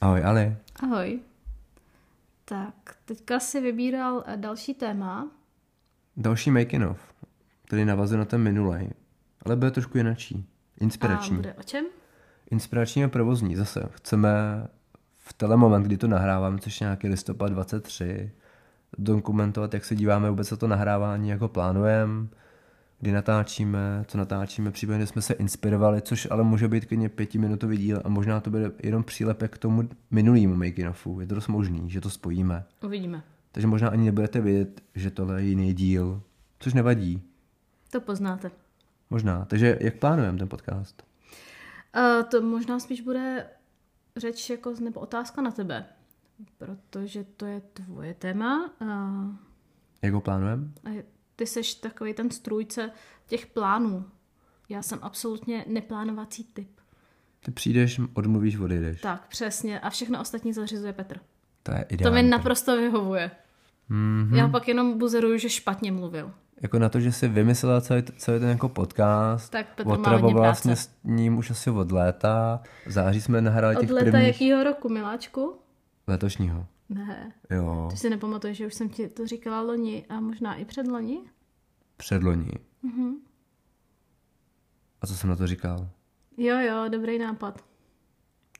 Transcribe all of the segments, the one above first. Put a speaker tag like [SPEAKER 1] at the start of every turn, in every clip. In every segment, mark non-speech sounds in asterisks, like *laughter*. [SPEAKER 1] Ahoj Ali.
[SPEAKER 2] Ahoj. Tak, teďka si vybíral eh, další téma.
[SPEAKER 1] Další making of. Tady navazuje na ten minulej. Ale bude trošku jinačí. Inspirační.
[SPEAKER 2] A bude o čem?
[SPEAKER 1] Inspirační a provozní zase. Chceme v tenhle moment, kdy to nahrávám, což je nějaký listopad 23, dokumentovat, jak se díváme vůbec na to nahrávání, jak ho plánujeme, kdy natáčíme, co natáčíme, případně kde jsme se inspirovali, což ale může být klidně pětiminutový díl a možná to bude jenom přílepek k tomu minulýmu making ofu. Je to dost možný, že to spojíme.
[SPEAKER 2] Uvidíme.
[SPEAKER 1] Takže možná ani nebudete vědět, že tohle je jiný díl, což nevadí.
[SPEAKER 2] To poznáte.
[SPEAKER 1] Možná. Takže jak plánujeme ten podcast?
[SPEAKER 2] Uh, to možná spíš bude řeč jako, nebo otázka na tebe, protože to je tvoje téma uh,
[SPEAKER 1] Jak ho plánujeme?
[SPEAKER 2] a je- ty seš takový ten strůjce těch plánů. Já jsem absolutně neplánovací typ.
[SPEAKER 1] Ty přijdeš, odmluvíš, odejdeš.
[SPEAKER 2] Tak, přesně. A všechno ostatní zařizuje Petr.
[SPEAKER 1] To je
[SPEAKER 2] To mi
[SPEAKER 1] ideální.
[SPEAKER 2] naprosto vyhovuje. Mm-hmm. Já pak jenom buzeruju, že špatně mluvil.
[SPEAKER 1] Jako na to, že jsi vymyslela celý, celý ten jako podcast,
[SPEAKER 2] Tak Petr má hodně
[SPEAKER 1] otravovala
[SPEAKER 2] práce.
[SPEAKER 1] jsme s ním už asi od léta, v září jsme nahráli
[SPEAKER 2] Od
[SPEAKER 1] těch
[SPEAKER 2] leta
[SPEAKER 1] prvních
[SPEAKER 2] jakýho roku, miláčku?
[SPEAKER 1] letošního.
[SPEAKER 2] Ne.
[SPEAKER 1] Jo,
[SPEAKER 2] Ty si nepamatuješ, že už jsem ti to říkala loni a možná i předloni?
[SPEAKER 1] předloni. Mm-hmm.
[SPEAKER 2] Mhm.
[SPEAKER 1] A co jsem na to říkal?
[SPEAKER 2] Jo, jo, dobrý nápad.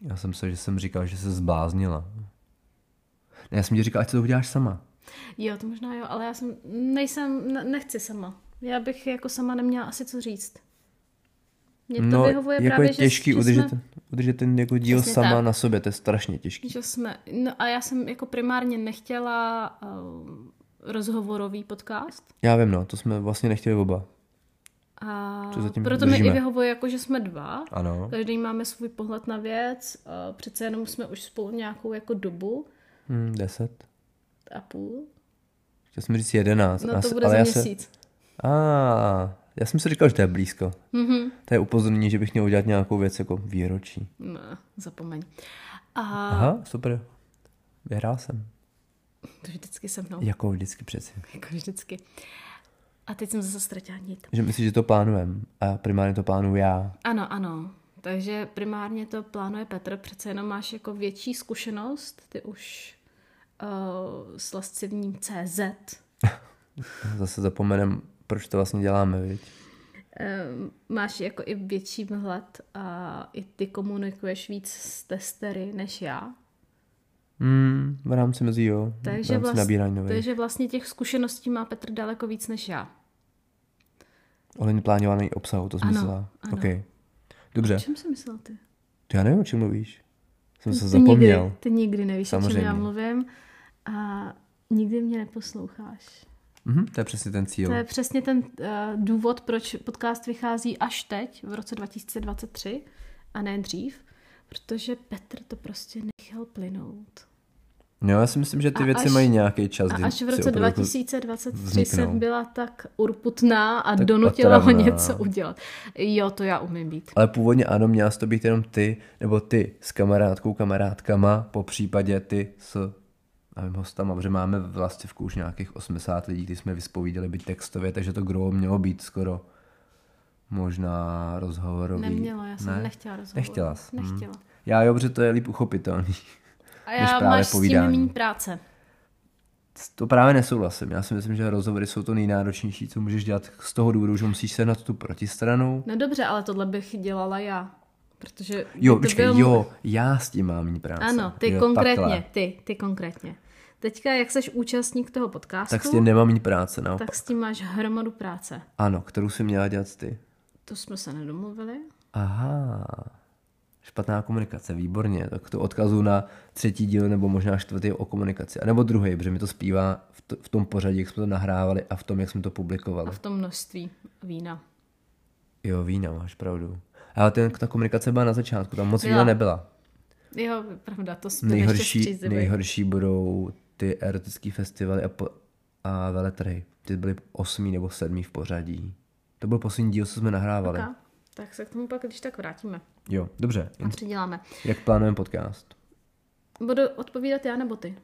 [SPEAKER 1] Já jsem se, že jsem říkal, že se zbláznila. Ne, já jsem ti říkal, ať si to uděláš sama.
[SPEAKER 2] Jo, to možná jo, ale já jsem, nejsem, ne- nechci sama. Já bych jako sama neměla asi co říct. Mně to vyhovuje
[SPEAKER 1] jako
[SPEAKER 2] právě,
[SPEAKER 1] je těžký
[SPEAKER 2] že,
[SPEAKER 1] udržet,
[SPEAKER 2] že jsme,
[SPEAKER 1] udržet ten jako díl
[SPEAKER 2] Přesně
[SPEAKER 1] sama
[SPEAKER 2] tak.
[SPEAKER 1] na sobě, to je strašně těžký.
[SPEAKER 2] že jsme, no a já jsem jako primárně nechtěla uh, rozhovorový podcast.
[SPEAKER 1] Já vím, no, to jsme vlastně nechtěli oba.
[SPEAKER 2] A
[SPEAKER 1] To zatím
[SPEAKER 2] proto mi
[SPEAKER 1] držíme.
[SPEAKER 2] i vyhovuje, jako že jsme dva.
[SPEAKER 1] Ano.
[SPEAKER 2] Každý máme svůj pohled na věc. A přece jenom jsme už spolu nějakou jako dobu
[SPEAKER 1] Hmm, deset.
[SPEAKER 2] a půl.
[SPEAKER 1] Chtěl jsem říct jedenáct.
[SPEAKER 2] No
[SPEAKER 1] já
[SPEAKER 2] to
[SPEAKER 1] se-
[SPEAKER 2] bude za
[SPEAKER 1] já
[SPEAKER 2] měsíc.
[SPEAKER 1] Se... A, já jsem si říkal, že to je blízko.
[SPEAKER 2] Mhm.
[SPEAKER 1] Mm-hmm. To je upozornění, že bych měl udělat nějakou věc jako výročí.
[SPEAKER 2] Ne, No, zapomeň. A
[SPEAKER 1] Aha, super. Vyhrál jsem.
[SPEAKER 2] to vždycky se mnou, *laughs*
[SPEAKER 1] Jako vždycky přeci.
[SPEAKER 2] jako vždycky. A teď jsem zase ztratila nit.
[SPEAKER 1] Že myslím, že to plánujem. A primárně to plánuju já.
[SPEAKER 2] Ano, ano. Takže primárně to plánuje Petr, přece jenom máš jako větší zkušenost, ty už uh, s lascivním CZ.
[SPEAKER 1] Zase zapomenem, proč to vlastně děláme, viď?
[SPEAKER 2] Ehm, máš jako i větší vhled a i ty komunikuješ víc s testery než já.
[SPEAKER 1] Hmm, v rámci mezi jo. v
[SPEAKER 2] Takže,
[SPEAKER 1] rámci
[SPEAKER 2] vlast...
[SPEAKER 1] nabírání nových.
[SPEAKER 2] Takže vlastně těch zkušeností má Petr daleko víc než já.
[SPEAKER 1] Ohledně plánovaný obsahu, to
[SPEAKER 2] Ano,
[SPEAKER 1] smysl.
[SPEAKER 2] ano.
[SPEAKER 1] OK. Dobře.
[SPEAKER 2] O čem jsi myslel ty?
[SPEAKER 1] To já nevím, o čem mluvíš. Jsem se
[SPEAKER 2] Ty
[SPEAKER 1] zapomněl.
[SPEAKER 2] Nikdy, ty nikdy nevíš, o čem já
[SPEAKER 1] Samozřejmě.
[SPEAKER 2] mluvím a nikdy mě neposloucháš.
[SPEAKER 1] Mhm, to je přesně ten cíl.
[SPEAKER 2] To je přesně ten uh, důvod, proč podcast vychází až teď, v roce 2023 a ne dřív, protože Petr to prostě nechal plynout.
[SPEAKER 1] No, já si myslím, že ty
[SPEAKER 2] A
[SPEAKER 1] věci
[SPEAKER 2] až-
[SPEAKER 1] mají nějaký čas.
[SPEAKER 2] A
[SPEAKER 1] kdy
[SPEAKER 2] až v
[SPEAKER 1] si
[SPEAKER 2] roce
[SPEAKER 1] opravdu jako-
[SPEAKER 2] 2023
[SPEAKER 1] vzniknou.
[SPEAKER 2] jsem byla tak urputná a donutila ho
[SPEAKER 1] otravná.
[SPEAKER 2] něco udělat. Jo, to já umím být.
[SPEAKER 1] Ale původně ano, měla jsi to být jenom ty, nebo ty s kamarádkou, kamarádkama, po případě ty s nevím, hostama, protože máme v Lastivku už nějakých 80 lidí, kteří jsme vyspovídali byť textově, takže to gro mělo být skoro možná rozhovorový.
[SPEAKER 2] Nemělo, já jsem ne. nechtěla rozhovor.
[SPEAKER 1] Nechtěla jsi. hm.
[SPEAKER 2] Nechtěla.
[SPEAKER 1] Já jo, protože to je líp uchopitelný.
[SPEAKER 2] A
[SPEAKER 1] Než
[SPEAKER 2] já
[SPEAKER 1] právě
[SPEAKER 2] máš s
[SPEAKER 1] povídání.
[SPEAKER 2] tím méně práce.
[SPEAKER 1] To právě nesouhlasím. Já si myslím, že rozhovory jsou to nejnáročnější, co můžeš dělat z toho důvodu, že musíš se na tu protistranu.
[SPEAKER 2] No dobře, ale tohle bych dělala já. Protože
[SPEAKER 1] Jo,
[SPEAKER 2] to
[SPEAKER 1] počkej,
[SPEAKER 2] byl-
[SPEAKER 1] jo, já s tím mám mít práce.
[SPEAKER 2] Ano, ty
[SPEAKER 1] jo,
[SPEAKER 2] jo,
[SPEAKER 1] takhle.
[SPEAKER 2] konkrétně, ty, ty konkrétně. Teďka, jak jsi účastník toho podcastu,
[SPEAKER 1] Tak s tím nemám mít práce, naopak.
[SPEAKER 2] tak s tím máš hromadu práce.
[SPEAKER 1] Ano, kterou si měla dělat ty.
[SPEAKER 2] To jsme se nedomluvili.
[SPEAKER 1] Aha, špatná komunikace, výborně. Tak to odkazu na třetí díl nebo možná čtvrtý o komunikaci. A nebo druhý, protože mi to zpívá v, to, v tom pořadí, jak jsme to nahrávali a v tom, jak jsme to publikovali.
[SPEAKER 2] A v tom množství vína.
[SPEAKER 1] Jo, vína, máš pravdu. Ale ten, ta komunikace byla na začátku, tam moc
[SPEAKER 2] Byla.
[SPEAKER 1] vína nebyla.
[SPEAKER 2] Jo, pravda, to jsme
[SPEAKER 1] Nejhorší,
[SPEAKER 2] ještě nejhor...
[SPEAKER 1] nejhorší budou ty erotické festivaly a, po, a veletrhy. Ty byly osmý nebo sedmý v pořadí. To byl poslední díl, co jsme nahrávali.
[SPEAKER 2] Tak se k tomu pak když tak vrátíme
[SPEAKER 1] Jo, dobře.
[SPEAKER 2] a předěláme.
[SPEAKER 1] Jak plánujeme podcast?
[SPEAKER 2] Budu odpovídat já nebo ty?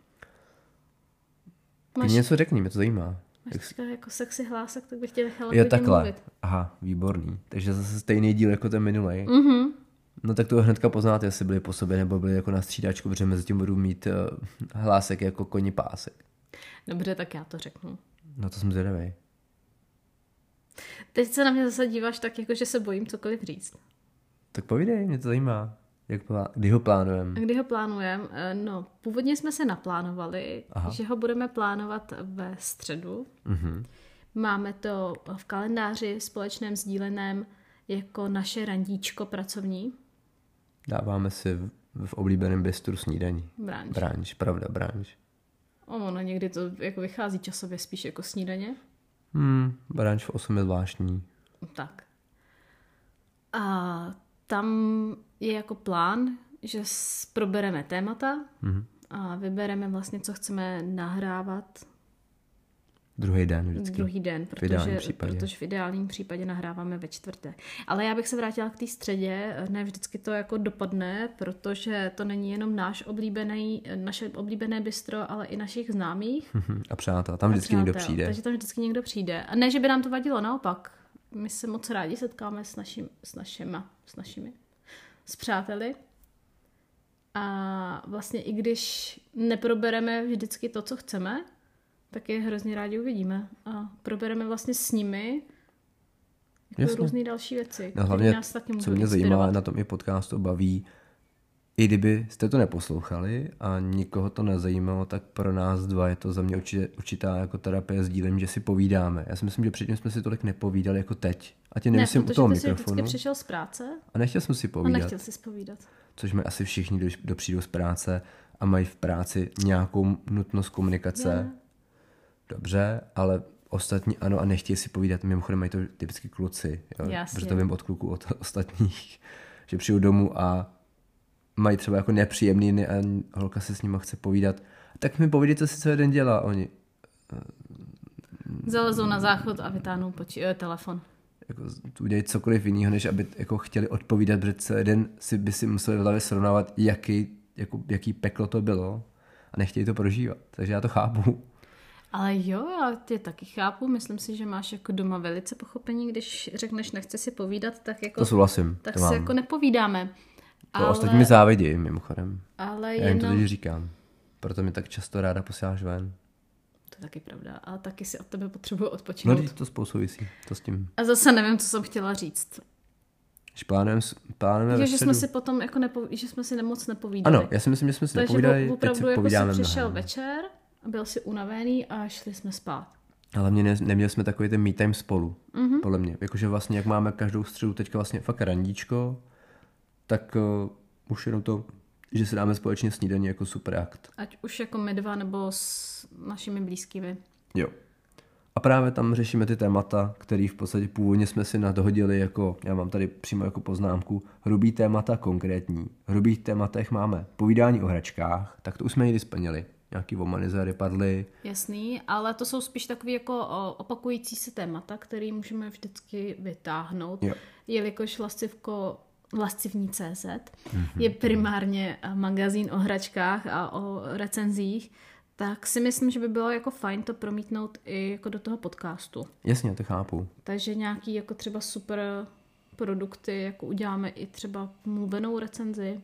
[SPEAKER 1] Ty
[SPEAKER 2] Máš-
[SPEAKER 1] Máš... něco řekni, mě to zajímá. Jak
[SPEAKER 2] Máš tak jako sexy hlásek, tak bych tě nechala
[SPEAKER 1] Jo,
[SPEAKER 2] klidně
[SPEAKER 1] takhle.
[SPEAKER 2] mluvit. Mhm.
[SPEAKER 1] Aha, výborný. Takže zase stejný díl jako ten minulý. Mm-hmm. No tak to hnedka poznáte, jestli byli po sobě nebo byli jako na střídačku, protože mezi tím budu mít eh, hlásek jako koni pásek.
[SPEAKER 2] Dobře, tak já to řeknu.
[SPEAKER 1] No to jsem zvědavý.
[SPEAKER 2] Teď se na mě zase díváš tak, jako že se bojím cokoliv říct.
[SPEAKER 1] Tak povídej, mě to zajímá. Jak plá... Kdy ho plánujeme?
[SPEAKER 2] A kdy ho plánujeme? No, původně jsme se naplánovali,
[SPEAKER 1] Aha.
[SPEAKER 2] Aha. že ho budeme plánovat ve středu.
[SPEAKER 1] Mhm.
[SPEAKER 2] Máme to v kalendáři společném sdíleném jako naše randíčko pracovní.
[SPEAKER 1] Dáváme si v, v oblíbeném bistru snídaní.
[SPEAKER 2] Branč.
[SPEAKER 1] Branč, pravda, branč.
[SPEAKER 2] Ono někdy to jako vychází časově spíš jako snídaně.
[SPEAKER 1] Hmm, branč v 8 je zvláštní.
[SPEAKER 2] Tak. A tam je jako plán, že s- probereme témata
[SPEAKER 1] Mhm.
[SPEAKER 2] mm-hmm. a vybereme vlastně, co chceme nahrávat
[SPEAKER 1] Druhý den vždycky.
[SPEAKER 2] druhý den,
[SPEAKER 1] ideálním
[SPEAKER 2] protože,
[SPEAKER 1] případě.
[SPEAKER 2] protože v ideálním případě nahráváme ve čtvrtek. Ale já bych se vrátila k té středě, ne vždycky to jako dopadne, protože to není jenom náš oblíbený, naše oblíbené bistro, ale i našich známých.
[SPEAKER 1] Mhm, *laughs* A přátel, tam vždycky někdo
[SPEAKER 2] přátel,
[SPEAKER 1] přijde.
[SPEAKER 2] Takže tam vždycky někdo přijde. A ne, že by nám to vadilo, naopak. My se moc rádi setkáme s, našim, s našima, s našimi, s přáteli. A vlastně i když neprobereme vždycky to, co chceme, tak je hrozně rádi uvidíme. A probereme vlastně s nimi jako
[SPEAKER 1] Jasně.
[SPEAKER 2] různé další věci,
[SPEAKER 1] A
[SPEAKER 2] které
[SPEAKER 1] hlavně,
[SPEAKER 2] nás taky můžou
[SPEAKER 1] co mě zajímá
[SPEAKER 2] inspirovat.
[SPEAKER 1] na tom i podcastu, baví, i kdyby jste to neposlouchali a nikoho to nezajímalo, tak pro nás dva je to za mě určitě, určitá jako terapie s dílem, že si povídáme. Já si myslím, že předtím jsme si tolik nepovídali jako teď. A tě
[SPEAKER 2] Ne,
[SPEAKER 1] nemyslím u
[SPEAKER 2] protože
[SPEAKER 1] toho
[SPEAKER 2] ty jsi vždycky
[SPEAKER 1] mikrofonu.
[SPEAKER 2] přišel z práce
[SPEAKER 1] A nechtěl jsem si
[SPEAKER 2] a
[SPEAKER 1] povídat,
[SPEAKER 2] nechtěl si spovídat.
[SPEAKER 1] což mi asi všichni, když kdo přijdou z práce a mají v práci nějakou nutnost komunikace. Dobře, ale ostatní ano a nechtějí si povídat. Mimochodem mají to typicky kluci, jo?
[SPEAKER 2] Jasně.
[SPEAKER 1] protože to vím od kluků od *laughs* ostatních, že přijdu domů a mají třeba jako nepříjemný dny a holka se s nima chce povídat. Tak mi povídej, co si co jeden dělá. Oni
[SPEAKER 2] Zalezou na záchod a vytáhnou poči- eh, telefon.
[SPEAKER 1] jako udělají cokoliv jiného, než aby jako chtěli odpovídat, protože celý den si by si museli v hlavě srovnávat, jaký, jako, jaký peklo to bylo a nechtějí to prožívat. Takže já to chápu.
[SPEAKER 2] Ale jo, já tě taky chápu. Myslím si, že máš jako doma velice pochopení, když řekneš, nechci si povídat, tak jako
[SPEAKER 1] To souhlasím.
[SPEAKER 2] tak
[SPEAKER 1] to
[SPEAKER 2] se
[SPEAKER 1] mám.
[SPEAKER 2] jako nepovídáme.
[SPEAKER 1] To
[SPEAKER 2] ale,
[SPEAKER 1] ostatní mi závidí, mimochodem.
[SPEAKER 2] ale no,
[SPEAKER 1] Já jim to
[SPEAKER 2] jenom,
[SPEAKER 1] teď říkám. Proto mi tak často ráda posíláš ven.
[SPEAKER 2] to je taky pravda, ale taky si od tebe potřebuju
[SPEAKER 1] No,
[SPEAKER 2] odpočinout.
[SPEAKER 1] teď to spolu souvisí. To s tím.
[SPEAKER 2] a zase nevím, co jsem chtěla říct.
[SPEAKER 1] Když plánujeme, s- plánujeme
[SPEAKER 2] Jo,
[SPEAKER 1] ve
[SPEAKER 2] že jsme
[SPEAKER 1] středu.
[SPEAKER 2] si potom jako nepo, že jsme si nemoc nepovídali.
[SPEAKER 1] Ano, já si myslím, že jsme si
[SPEAKER 2] Takže
[SPEAKER 1] nepovídali, teď si
[SPEAKER 2] opravdu jako si
[SPEAKER 1] povídáme
[SPEAKER 2] přišel
[SPEAKER 1] mnohem.
[SPEAKER 2] večer a byl si unavený a šli jsme spát.
[SPEAKER 1] Ale mě ne, neměli jsme takový ten me time spolu, mm-hmm. podle mě. Jakože vlastně, jak máme každou středu teďka vlastně fakt randíčko, tak uh, už jenom to, že se dáme společně snídaní jako super akt.
[SPEAKER 2] Ať už jako my dva nebo s našimi blízkými.
[SPEAKER 1] Jo. A právě tam řešíme ty témata, které v podstatě původně jsme si nadhodili jako, já mám tady přímo jako poznámku, hrubý témata konkrétní. V hrubých tématech máme povídání o hračkách, tak to už jsme někdy splnili. Nějaký omanizery padly,
[SPEAKER 2] Jasný, ale to jsou spíš takové jako o, opakující se témata, které můžeme vždycky vytáhnout,
[SPEAKER 1] Jo.
[SPEAKER 2] jelikož lascivko lascivní.cz
[SPEAKER 1] Mhm.
[SPEAKER 2] je primárně eh, magazín o hračkách a o recenzích, tak si myslím, že by bylo jako fajn to promítnout i jako do toho podcastu.
[SPEAKER 1] jasně, to chápu.
[SPEAKER 2] Takže nějaký jako třeba super produkty, jako uděláme i třeba mluvenou recenzi,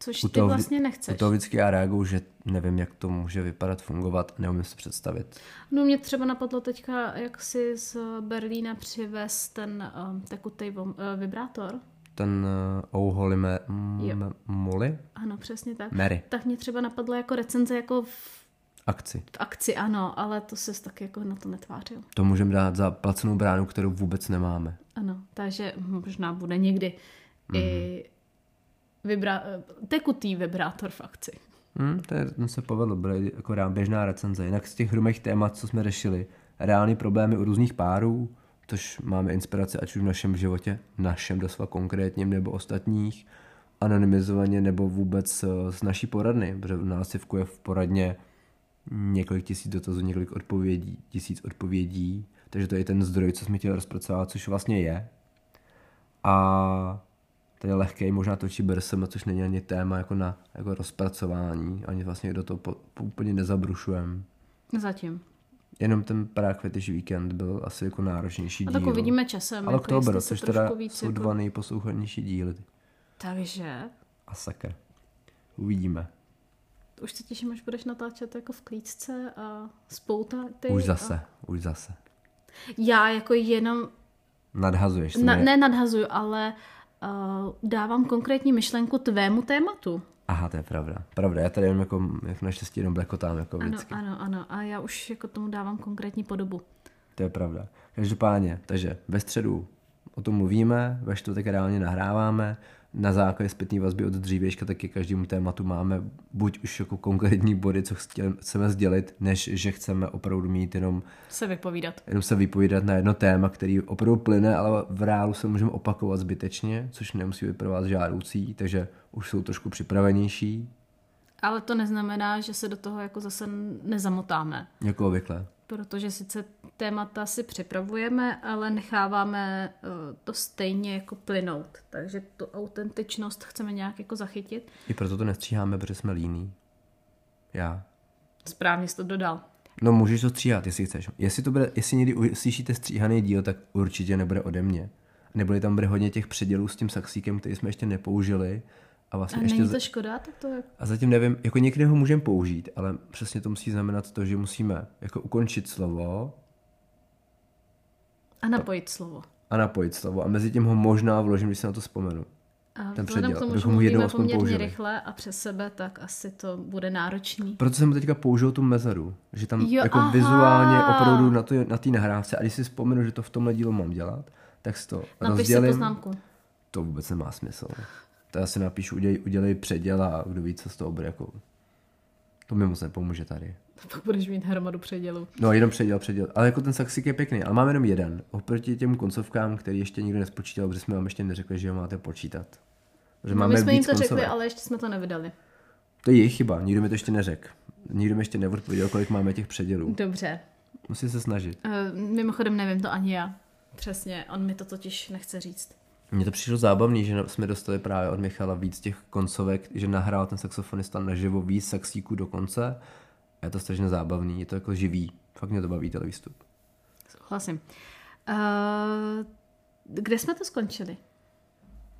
[SPEAKER 2] což ty
[SPEAKER 1] toho vždy-
[SPEAKER 2] vlastně
[SPEAKER 1] U
[SPEAKER 2] nechceš.
[SPEAKER 1] toho vždycky já reaguju, že nevím, jak to může vypadat, fungovat, neumím si představit.
[SPEAKER 2] No mě třeba napadlo teďka, jak si z Berlína přivez ten um, takutej vom, uh, vibrátor.
[SPEAKER 1] Ten uh, Oh Holy me,
[SPEAKER 2] Jo.
[SPEAKER 1] m- Moly?
[SPEAKER 2] Ano, přesně tak.
[SPEAKER 1] Mary.
[SPEAKER 2] Tak mě třeba napadlo jako recenze jako v,
[SPEAKER 1] Akci.
[SPEAKER 2] v akci, ano, ale to se taky jako na to netvářil.
[SPEAKER 1] To můžeme dát za placenou bránu, kterou vůbec nemáme.
[SPEAKER 2] Ano, takže možná bude někdy i
[SPEAKER 1] Mhm.
[SPEAKER 2] vibra- eh, tekutý vibrátor v akci.
[SPEAKER 1] Hmm, to je, ten se povedlo, byla jako rá- běžná recenze. Jinak z těch hromých témat, co jsme řešili, reální problémy u různých párů, což máme inspiraci ať už v našem životě, našem doslova konkrétním nebo ostatních, anonymizovaně nebo vůbec eh, z naší poradny, protože u nás je v poradně několik tisíc dotazů, několik odpovědí, tisíc odpovědí, takže to je ten zdroj, co jsme chtěli rozpracovat, což vlastně je. A to je lehký, možná točí BRSM, což není ani téma jako na jako rozpracování, ani vlastně do toho po, po, úplně nezabrušujem.
[SPEAKER 2] Zatím.
[SPEAKER 1] Jenom ten Prague Fetish Weekend byl asi jako náročnější
[SPEAKER 2] A
[SPEAKER 1] díl.
[SPEAKER 2] No tak uvidíme časem.
[SPEAKER 1] Ale
[SPEAKER 2] jako jestli
[SPEAKER 1] oktober,
[SPEAKER 2] se
[SPEAKER 1] což
[SPEAKER 2] trošku
[SPEAKER 1] teda
[SPEAKER 2] víc
[SPEAKER 1] jsou
[SPEAKER 2] jako-
[SPEAKER 1] dva nejposlouchanější díly.
[SPEAKER 2] Takže
[SPEAKER 1] A sakra. Uvidíme.
[SPEAKER 2] už se těším, až budeš natáčet jako v klíčce a spoutat ty.
[SPEAKER 1] Už
[SPEAKER 2] A...
[SPEAKER 1] zase, už zase.
[SPEAKER 2] Já jako jenom
[SPEAKER 1] Nadhazuješ se
[SPEAKER 2] Na,
[SPEAKER 1] mě.
[SPEAKER 2] ne nadhazuju, ale uh, dávám konkrétní myšlenku tvému tématu.
[SPEAKER 1] Aha, to je pravda. Pravda, já tady jenom jako, jak naštěstí jenom blekotám jako
[SPEAKER 2] Ano,
[SPEAKER 1] vždycky.
[SPEAKER 2] ano, ano. A já už jako tomu dávám konkrétní podobu.
[SPEAKER 1] To je pravda. Každopádně, takže ve středu o tom mluvíme, ve čtvrtek reálně nahráváme, na základě zpětné vazby od dřívěžka taky každému tématu máme buď už jako konkrétní body, co chtěl- chceme sdělit, než že chceme opravdu mít jenom,
[SPEAKER 2] Se vypovídat.
[SPEAKER 1] jenom se vypovídat na jedno téma, který opravdu plyne, ale v reálu se můžeme opakovat zbytečně, což nemusí být pro vás žádoucí, takže už jsou trošku připravenější,
[SPEAKER 2] Ale to neznamená, že se do toho jako zase nezamotáme.
[SPEAKER 1] jako obvykle.
[SPEAKER 2] Protože sice témata si připravujeme, ale necháváme eh, to stejně jako plynout. Takže tu autentičnost chceme nějak jako zachytit.
[SPEAKER 1] I proto to nestříháme, protože jsme líní. Já.
[SPEAKER 2] Správně jsi to dodal.
[SPEAKER 1] No můžeš to stříhat, jestli chceš. Jestli, to bude, jestli někdy u- slyšíte stříhaný díl, tak určitě nebude ode mě. Nebo tam bude hodně těch předělů s tím saxíkem, který jsme ještě nepoužili. A vlastně
[SPEAKER 2] A
[SPEAKER 1] ještě
[SPEAKER 2] není
[SPEAKER 1] za-
[SPEAKER 2] to škoda? Tak to je...
[SPEAKER 1] a zatím nevím, jako někde ho můžeme použít, ale přesně to musí znamenat to, že musíme jako ukončit slovo
[SPEAKER 2] A napojit slovo.
[SPEAKER 1] a napojit slovo a mezi tím ho možná vložím, když se na to vzpomenu.
[SPEAKER 2] A
[SPEAKER 1] Ten
[SPEAKER 2] vzhledem
[SPEAKER 1] předěl,
[SPEAKER 2] k tomu, že
[SPEAKER 1] abychom ho jednou
[SPEAKER 2] mluvíme
[SPEAKER 1] aspoň
[SPEAKER 2] poměrně
[SPEAKER 1] použili.
[SPEAKER 2] rychle a přes sebe, tak asi to bude náročný.
[SPEAKER 1] Proto jsem teďka použil tu mezeru, že tam
[SPEAKER 2] Jo,
[SPEAKER 1] jako
[SPEAKER 2] aha.
[SPEAKER 1] vizuálně opravdu na té na té nahrávce a když si vzpomenu, že to v tomhle dílu mám dělat, tak si to
[SPEAKER 2] Napiš si
[SPEAKER 1] rozdělím.
[SPEAKER 2] poznámku.
[SPEAKER 1] to vůbec nemá smysl. To já si napíšu, udělej, udělej předěl a kdo ví, co z toho bude jako... To mi moc nepomůže tady.
[SPEAKER 2] Pak budeš mít hromadu předělů.
[SPEAKER 1] No, jenom předěl, předěl. Ale jako ten saxik je pěkný, ale mám jenom jeden. Oproti těm koncovkám, který ještě nikdo nespočítal, protože jsme vám ještě neřekli, že ho máte počítat. Že
[SPEAKER 2] No, my jsme jim to
[SPEAKER 1] koncovek.
[SPEAKER 2] řekli, ale ještě jsme to nevydali.
[SPEAKER 1] To je jejich chyba, nikdo mi to ještě neřekl. Nikdo mi ještě neodpověděl, kolik máme těch předělů.
[SPEAKER 2] Dobře.
[SPEAKER 1] Musím se snažit.
[SPEAKER 2] Uh, mimochodem nevím to ani já. Přesně, on mi to totiž nechce říct.
[SPEAKER 1] Mně to přišlo zábavný, že jsme dostali právě od Michala víc těch koncovek, že nahrál ten saxofonista naživo víc saxíků dokonce. A je to strašně zábavný, je to jako živý. Fakt mě to baví ten výstup.
[SPEAKER 2] Souhlasím. Uh, kde jsme to skončili?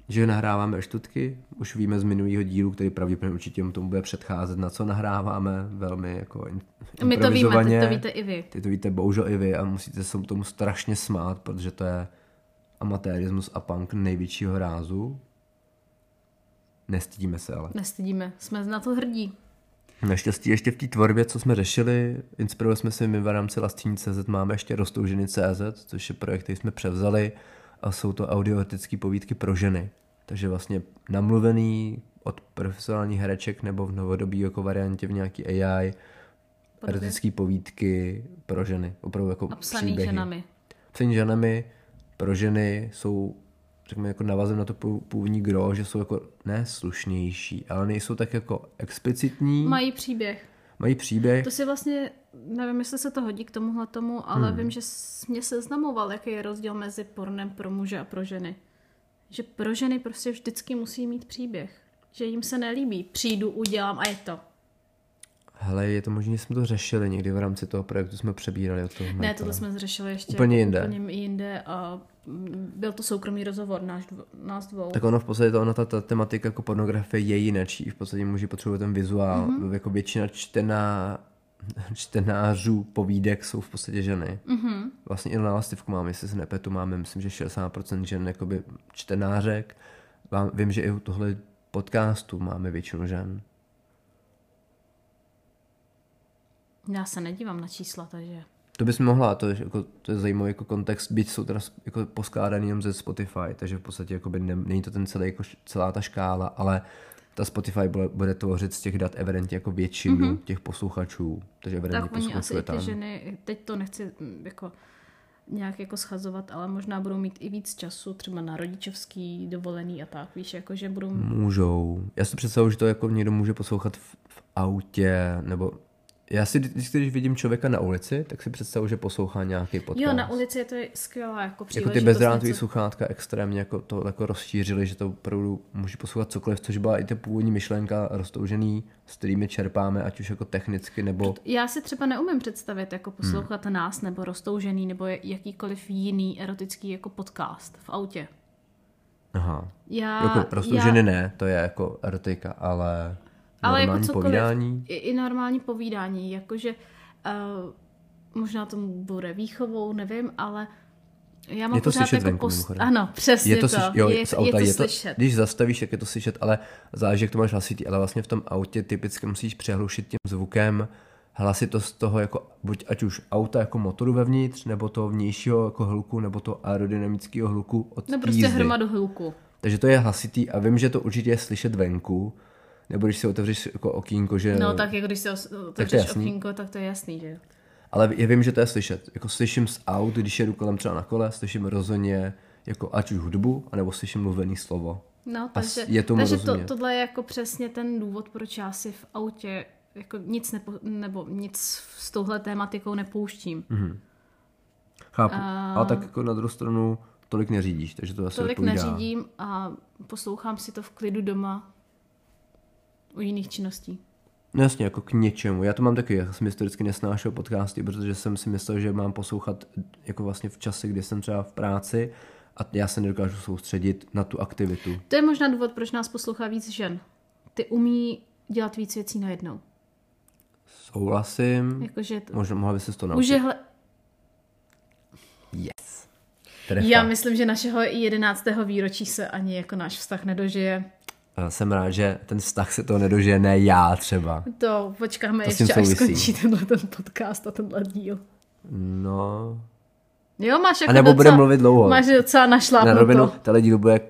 [SPEAKER 1] Že nahráváme ve štutky, už víme z minulého dílu, který pravděpodobně určitě tomu bude předcházet, na co nahráváme, velmi jako in,
[SPEAKER 2] My to víme,
[SPEAKER 1] improvizovaně.
[SPEAKER 2] teď to víte i vy.
[SPEAKER 1] Ty to víte bohužel i vy a musíte se tomu strašně smát, protože to je amatérismus a punk největšího rázu. Nestydíme se ale.
[SPEAKER 2] Nestydíme, jsme na to hrdí.
[SPEAKER 1] Naštěstí ještě v té tvorbě, co jsme řešili, inspirovali jsme se my v rámci CZ máme ještě Rostouženy CZ, což je projekt, který jsme převzali a jsou to audioetické povídky pro ženy. Takže vlastně namluvený od profesionálních hereček nebo v novodobí jako variantě v nějaký AI, erotické povídky pro ženy. Opravdu jako
[SPEAKER 2] A psaný
[SPEAKER 1] příběhy.
[SPEAKER 2] ženami.
[SPEAKER 1] Psaný ženami pro ženy jsou řekněme, jako navazem na to pů- původní gro, že jsou jako ne slušnější, ale nejsou tak jako explicitní
[SPEAKER 2] Mají příběh.
[SPEAKER 1] mají příběh.
[SPEAKER 2] To si vlastně, nevím, jestli se to hodí k tomuhle tomu, ale hmm. vím, že s- mě seznamoval, jaký je rozdíl mezi pornem pro muže a pro ženy. Že pro ženy prostě vždycky musí mít příběh. Že jim se nelíbí. Přijdu, udělám a je to.
[SPEAKER 1] Hele, je to možné, že jsme to řešili někdy v rámci toho projektu, jsme přebírali od toho.
[SPEAKER 2] Ne, tohle jsme zřešili ještě
[SPEAKER 1] Úplně
[SPEAKER 2] jako
[SPEAKER 1] jinde.
[SPEAKER 2] Úplně jinde a mm, byl to soukromý rozhovor náš dvo, nás dvou.
[SPEAKER 1] Tak ono v podstatě, to, ona ta, ta tematika jako pornografie je jinačí, v podstatě muži potřebují ten vizuál, mm-hmm. jako většina čtená, *laughs* čtenářů povídek jsou v podstatě ženy. Mm-hmm. Vlastně i na lastivku máme, jestli se nepetu, máme myslím, že 60% žen jakoby čtenářek. Vám, vím, že i u tohle podcastu máme většinu žen.
[SPEAKER 2] Já se nedívám na čísla, takže...
[SPEAKER 1] To bys mohla, to je, jako, to je zajímavý jako kontext, byť jsou teda jako poskládaný jenom ze Spotify, takže v podstatě jakoby ne, není to ten celý, jako, š- celá ta škála, ale ta Spotify bude, bude tvořit z těch dat evidentně jako většinu mm-hmm. těch posluchačů, takže evidentně
[SPEAKER 2] Mhm. Tak oni
[SPEAKER 1] posluchačů
[SPEAKER 2] asi
[SPEAKER 1] je
[SPEAKER 2] i ty
[SPEAKER 1] tam.
[SPEAKER 2] ženy, teď to nechci mm, jako nějak jako schazovat, ale možná budou mít i víc času třeba na rodičovský dovolený a tak, víš, jako že budou...
[SPEAKER 1] Hmm, Můžou. Já si představuji, že to jako někdo může poslouchat v, v autě, nebo já si, vždycky, když vidím člověka na ulici, tak si představuji, že poslouchá nějaký podcast.
[SPEAKER 2] Jo, na ulici je to skvělá jako
[SPEAKER 1] Jako ty
[SPEAKER 2] příležitost.
[SPEAKER 1] bezdrátové
[SPEAKER 2] něco-
[SPEAKER 1] sluchátka extrémně jako to jako rozšířili, že to opravdu může poslouchat cokoliv, což byla i ta původní myšlenka roztoužený, s kterými čerpáme, ať už jako technicky nebo...
[SPEAKER 2] Já si třeba neumím představit jako poslouchat hmm. nás nebo Rostoužený nebo jakýkoliv jiný erotický jako podcast v autě.
[SPEAKER 1] Aha.
[SPEAKER 2] Já,
[SPEAKER 1] Jako rostou
[SPEAKER 2] já,
[SPEAKER 1] ženy ne, to je jako erotika, ale,
[SPEAKER 2] ale jako
[SPEAKER 1] normální
[SPEAKER 2] cokoliv,
[SPEAKER 1] povídání.
[SPEAKER 2] I, i normální povídání, jakože uh, možná to bude výchovou, nevím, ale já mám
[SPEAKER 1] Je to
[SPEAKER 2] pořád
[SPEAKER 1] slyšet
[SPEAKER 2] jako
[SPEAKER 1] venku,
[SPEAKER 2] post...
[SPEAKER 1] mimochodem.
[SPEAKER 2] Ano, přesně to.
[SPEAKER 1] slyš- jo,
[SPEAKER 2] je,
[SPEAKER 1] z auta
[SPEAKER 2] je to
[SPEAKER 1] je to,
[SPEAKER 2] slyšet.
[SPEAKER 1] když zastavíš, jak je to slyšet, ale záleží, jak to máš hlasitý, ale vlastně v tom autě typicky musíš přehlušit tím zvukem hlasitost toho, jako buď ať už auta jako motoru vevnitř, nebo toho vnějšího jako hluku, nebo toho aerodynamického hluku od
[SPEAKER 2] No
[SPEAKER 1] té
[SPEAKER 2] prostě
[SPEAKER 1] jízdy.
[SPEAKER 2] hromadu hluku.
[SPEAKER 1] Takže to je hlasitý a vím, že to určitě je slyšet venku, nebo když si otevřeš jako okýnko, že...
[SPEAKER 2] No tak jako když se os- otevřeš
[SPEAKER 1] jasný.
[SPEAKER 2] okýnko, tak to je jasný, že jo.
[SPEAKER 1] Ale já vím, že to je slyšet. Jako slyším z aut, když jedu kolem třeba na kole, slyším rozhodně jako ať už hudbu, anebo slyším mluvený slovo.
[SPEAKER 2] No,
[SPEAKER 1] s-
[SPEAKER 2] takže,
[SPEAKER 1] je tomu
[SPEAKER 2] takže to,
[SPEAKER 1] rozumět.
[SPEAKER 2] tohle je jako přesně ten důvod, proč já si v autě jako nic nepo, nebo nic s touhle tématikou nepouštím. Mm-hmm.
[SPEAKER 1] Chápu. A... Ale tak jako na druhou stranu tolik neřídíš, takže to asi
[SPEAKER 2] Tolik
[SPEAKER 1] odpovídá.
[SPEAKER 2] neřídím a poslouchám si to v klidu doma u jiných činností.
[SPEAKER 1] No jasně, jako k něčemu. Já to mám taky, já jsem historicky nesnášel podcasty, protože jsem si myslel, že mám poslouchat jako vlastně v čase, kdy jsem třeba v práci a já se nedokážu soustředit na tu aktivitu.
[SPEAKER 2] To je možná důvod, proč nás poslouchá víc žen. Ty umí dělat víc věcí najednou.
[SPEAKER 1] Souhlasím.
[SPEAKER 2] Jakože Jako to,
[SPEAKER 1] Možná mohla by se to naučit.
[SPEAKER 2] už je hle...
[SPEAKER 1] Yes. Trefa.
[SPEAKER 2] Já myslím, že našeho 11. výročí se ani jako náš vztah nedožije.
[SPEAKER 1] A Eh, Jsem rád, že ten vztah se toho nedožije, ne já třeba.
[SPEAKER 2] To počkáme
[SPEAKER 1] To s tím
[SPEAKER 2] ještě, až
[SPEAKER 1] souvisí.
[SPEAKER 2] skončí tenhle ten podcast a tenhle díl.
[SPEAKER 1] No,
[SPEAKER 2] Jo, máš jako
[SPEAKER 1] A nebo
[SPEAKER 2] docela,
[SPEAKER 1] budeme mluvit dlouho.
[SPEAKER 2] Máš docela
[SPEAKER 1] na rovinu,
[SPEAKER 2] našlápnuto.
[SPEAKER 1] tenhle díl bude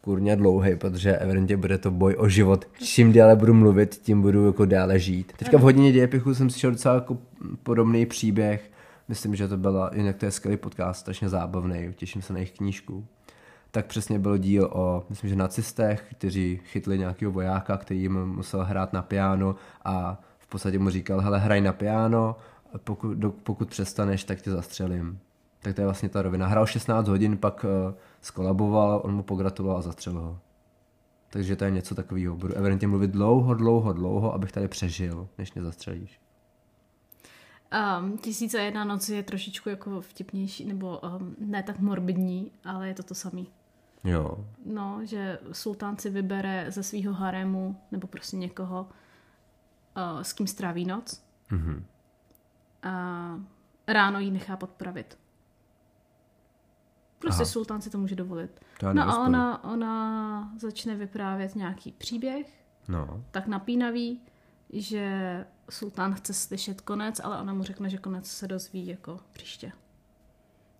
[SPEAKER 1] kurně dlouhý, protože evidentně bude to boj o život. Čím déle budu mluvit, tím budu jako dále žít. Teďka v hodině dějepichu jsem slyšel docela jako podobný příběh. Myslím, že to byla, jinak to je skvělý podcast, strašně zábavný, těším se na jejich knížku. Tak přesně byl díl o, myslím, že nacistech, kteří chytli nějakého vojáka, který jim musel hrát na piano a v podstatě mu říkal, hele, hraj na piano, a pokud, do, pokud přestaneš, tak tě zastřelím. Tak to je vlastně ta rovina. Hrál 16 hodin, pak uh, skolaboval, on mu pogratuloval a zastřelil ho. Takže to je něco takového. Budu evidentně mluvit dlouho, dlouho, dlouho, abych tady přežil, než mě zastřelíš.
[SPEAKER 2] Um, tisíce a jedna noc je trošičku jako vtipnější, nebo um, ne tak morbidní, ale je to to samý.
[SPEAKER 1] Jo.
[SPEAKER 2] No, že sultán si vybere ze svého haremu, nebo prostě někoho, uh, s kým stráví noc.
[SPEAKER 1] Mhm.
[SPEAKER 2] A ráno ji nechá podpravit. Prostě Aha. sultán si to může dovolit.
[SPEAKER 1] To já
[SPEAKER 2] no a
[SPEAKER 1] nerozporu.
[SPEAKER 2] ona, ona začne vyprávět nějaký příběh,
[SPEAKER 1] No.
[SPEAKER 2] tak napínavý, že sultán chce slyšet konec, ale ona mu řekne, že konec se dozví jako příště.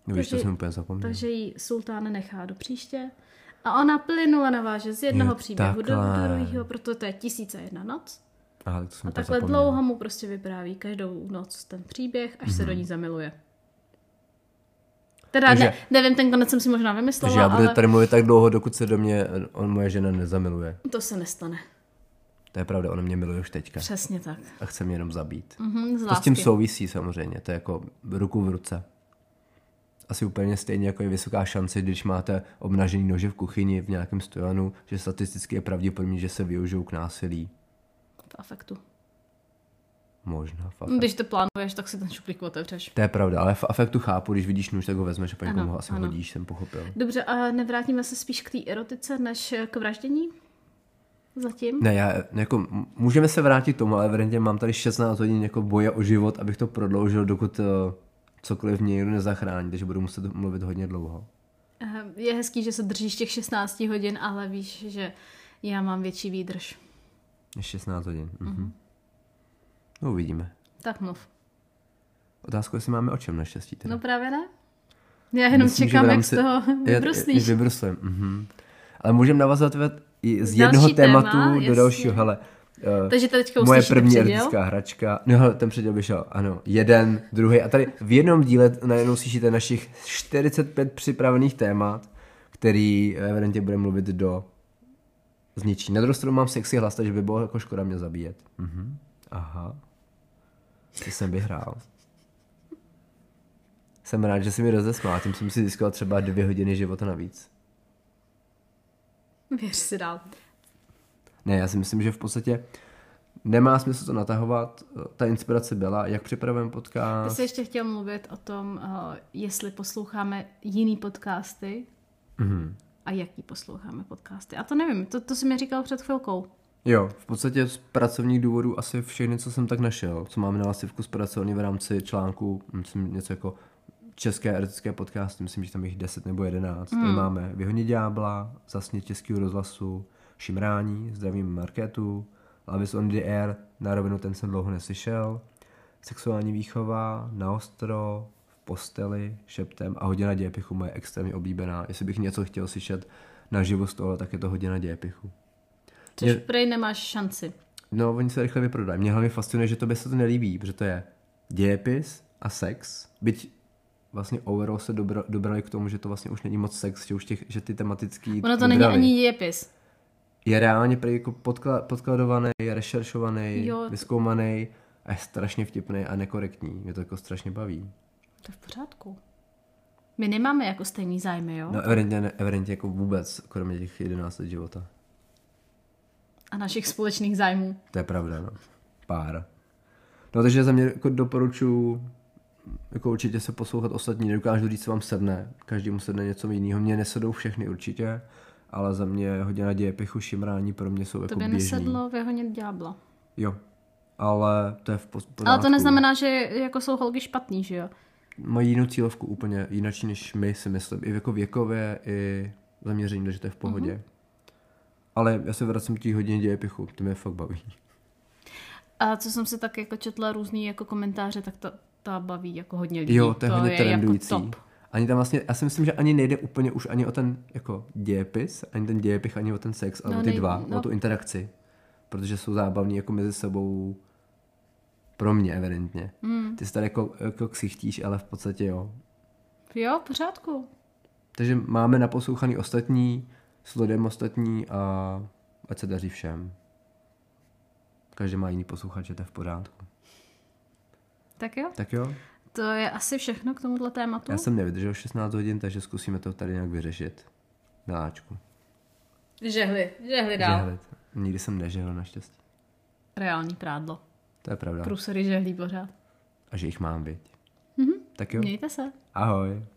[SPEAKER 1] No víš, to
[SPEAKER 2] Takže-
[SPEAKER 1] jsem úplně zapomněl.
[SPEAKER 2] Takže ji sultán nechá do příště a ona plynule naváže z jednoho
[SPEAKER 1] Jo,
[SPEAKER 2] příběhu do, do
[SPEAKER 1] takhle.
[SPEAKER 2] druhého, proto to je tisíce a jedna noc.
[SPEAKER 1] Aha, tak to jsem
[SPEAKER 2] A
[SPEAKER 1] úplně
[SPEAKER 2] takhle
[SPEAKER 1] zapomněl.
[SPEAKER 2] dlouho mu prostě vypráví každou noc ten příběh, až se do ní zamiluje. Teda
[SPEAKER 1] Mhm. Takže-
[SPEAKER 2] ne, nevím, ten konec jsem si možná vymyslela,
[SPEAKER 1] Takže já budu
[SPEAKER 2] ale
[SPEAKER 1] tady mluvit tak dlouho, dokud se do mě eh, on moje žena nezamiluje.
[SPEAKER 2] to se nestane.
[SPEAKER 1] To je pravda, ona mě miluje už teďka
[SPEAKER 2] Přesně tak.
[SPEAKER 1] a chce mě jenom zabít.
[SPEAKER 2] Mhm, z
[SPEAKER 1] To s tím
[SPEAKER 2] lásky.
[SPEAKER 1] souvisí samozřejmě, to je jako ruku v ruce. Asi úplně stejně jako je vysoká šance, když máte obnažený nože v kuchyni v nějakém stojanu, že statisticky je pravděpodobně, že se využijou k násilí.
[SPEAKER 2] V afektu.
[SPEAKER 1] Možná, fakt.
[SPEAKER 2] Když to plánuješ, tak si ten šuplík otevřeš.
[SPEAKER 1] To je pravda, ale v afektu chápu, když vidíš nůž, tak ho vezmeš a pak
[SPEAKER 2] Ano,
[SPEAKER 1] někomu ho asi
[SPEAKER 2] ano.
[SPEAKER 1] hodíš, jsem pochopil.
[SPEAKER 2] Dobře, a nevrátíme se spíš k té erotice než k vraždění? Zatím?
[SPEAKER 1] Ne, já, jako, m- můžeme se vrátit k tomu, ale evidentně mám tady 16 hodin jako boje o život, abych to prodloužil, dokud eh, cokoliv mě někdo nezachrání, takže budu muset mluvit hodně dlouho.
[SPEAKER 2] Ehm, Je hezký, že se držíš těch 16 hodin, ale víš, že já mám větší výdrž.
[SPEAKER 1] Než 16 hodin. Mhm. No, uvidíme.
[SPEAKER 2] Tak mluv.
[SPEAKER 1] Otázku, jestli máme o čem naštěstí. Teda.
[SPEAKER 2] No právě ne? Já jenom Myslím, čekám, jak
[SPEAKER 1] *laughs*
[SPEAKER 2] z toho vybruslíš.
[SPEAKER 1] Vybruslím. Mhm. Ale můžeme navazovat ve- i z
[SPEAKER 2] Další
[SPEAKER 1] jednoho
[SPEAKER 2] téma,
[SPEAKER 1] tématu do
[SPEAKER 2] jasně.
[SPEAKER 1] dalšího. Hele, eh,
[SPEAKER 2] Takže teďka
[SPEAKER 1] moje
[SPEAKER 2] uslyšíte
[SPEAKER 1] první
[SPEAKER 2] předěl.
[SPEAKER 1] erotická hračka. No, hele, ten předěl by šel, ano. Jeden, druhý. A tady v jednom díle najednou slyšíte našich 45 připravených témat, který evidentně bude mluvit do zničí. Na druhou stranu mám sexy hlas, takže by bylo jako škoda mě zabíjet. Mhm. Aha. To jsem vyhrál. Jsem rád, že jsi mi rozesmál, tím jsem si získal třeba dvě hodiny života navíc.
[SPEAKER 2] Věř si dál.
[SPEAKER 1] Ne, já si myslím, že v podstatě nemá smysl to natahovat. Eh, Ta inspirace byla, jak připravujeme
[SPEAKER 2] Ty
[SPEAKER 1] podcast.
[SPEAKER 2] jsi ještě chtěl mluvit o tom, eh, jestli posloucháme jiný podcasty,
[SPEAKER 1] Mhm.
[SPEAKER 2] a jaký posloucháme podcasty. A to nevím, to, to jsi mi říkal před chvilkou.
[SPEAKER 1] Jo, v podstatě z pracovních důvodů asi všechny, co jsem tak našel, co máme na lasivku zpracovaný v rámci článku, myslím něco jako české erotické podcasty, myslím, že tam jich 10 nebo 11. Mm. Tady máme Vyhonit ďábla, Zasně českého rozhlasu, Šimrání, Zdravím Marketu, Love is on the air, na rovinu ten jsem dlouho neslyšel, Sexuální výchova, Na ostro, v posteli, šeptem a hodina dějepichu moje extrémně oblíbená. Jestli bych něco chtěl slyšet na život z tohle, tak je to hodina dějepichu.
[SPEAKER 2] Což
[SPEAKER 1] Je-
[SPEAKER 2] prej nemáš šanci.
[SPEAKER 1] No, oni se rychle vyprodají. Mě hlavně fascinuje, že tobě se to nelíbí, protože to je dějepis a sex. Byť vlastně overall se dobra, dobrali k tomu, že to vlastně už není moc sex, že už těch, že ty tematický
[SPEAKER 2] Ono to není
[SPEAKER 1] vybrali.
[SPEAKER 2] ani dějepis.
[SPEAKER 1] Je reálně prý jako podkla, podkladovaný, je rešeršovaný,
[SPEAKER 2] Jo.
[SPEAKER 1] vyskoumaný a je strašně vtipný a nekorektní. Mě to jako strašně baví.
[SPEAKER 2] To je v pořádku. My nemáme jako stejný zájmy, jo?
[SPEAKER 1] No evidentně, ne- evidentně jako vůbec, kromě těch 11 let života.
[SPEAKER 2] A našich společných zájmů.
[SPEAKER 1] To je pravda, no. Pár. No takže za mě jako doporučuji jako určitě se poslouchat ostatní, nedokážu říct, co vám sedne. Každému sedne něco jiného. Mně nesedou všechny určitě, ale za mě hodina dějepichu, šimrání pro mě jsou jako
[SPEAKER 2] Tobě
[SPEAKER 1] běžný.
[SPEAKER 2] nesedlo vyhonit ďábla.
[SPEAKER 1] Jo, ale to je v pos-
[SPEAKER 2] Ale
[SPEAKER 1] pořádku.
[SPEAKER 2] to neznamená, že jako jsou holky špatný, že jo?
[SPEAKER 1] Mají jinou cílovku úplně, jinačí než my si myslím. I jako věkově, i zaměření, takže to je v pohodě.
[SPEAKER 2] Mhm.
[SPEAKER 1] Mm-hmm. Ale já se vracím k té hodině dějepichu, to mě fakt baví.
[SPEAKER 2] A co jsem si tak jako četla různý jako komentáře, tak to, ta baví jako hodně lidí.
[SPEAKER 1] Jo, to je hodně trendující.
[SPEAKER 2] Jako top.
[SPEAKER 1] Ani tam vlastně, já si myslím, že ani nejde úplně už ani o ten jako dějepis, ani ten dějepich, ani o ten sex, ale
[SPEAKER 2] No,
[SPEAKER 1] no, o ty
[SPEAKER 2] nej-
[SPEAKER 1] dva,
[SPEAKER 2] no.
[SPEAKER 1] no. o tu interakci. Protože jsou zábavní jako mezi sebou pro mě evidentně. Mm. Ty se tady jako, jako ksichtíš, ale v podstatě jo.
[SPEAKER 2] Jo, v pořádku.
[SPEAKER 1] Takže máme naposlouchaný ostatní, s lodem ostatní a ať se daří všem. Každý má jiný posluchače, to je v pořádku.
[SPEAKER 2] Tak jo,
[SPEAKER 1] Tak jo,
[SPEAKER 2] to je asi všechno k tomuhle tématu.
[SPEAKER 1] já jsem nevydržel 16 hodin, takže zkusíme to tady nějak vyřešit. Miláčku.
[SPEAKER 2] Žehli, žehli
[SPEAKER 1] Žehlit. Nikdy jsem nežehl naštěstí.
[SPEAKER 2] Reální prádlo.
[SPEAKER 1] To je pravda.
[SPEAKER 2] Průsory žehlí pořád.
[SPEAKER 1] A že jich mám, věď. Tak jo,
[SPEAKER 2] Mějte se.
[SPEAKER 1] ahoj.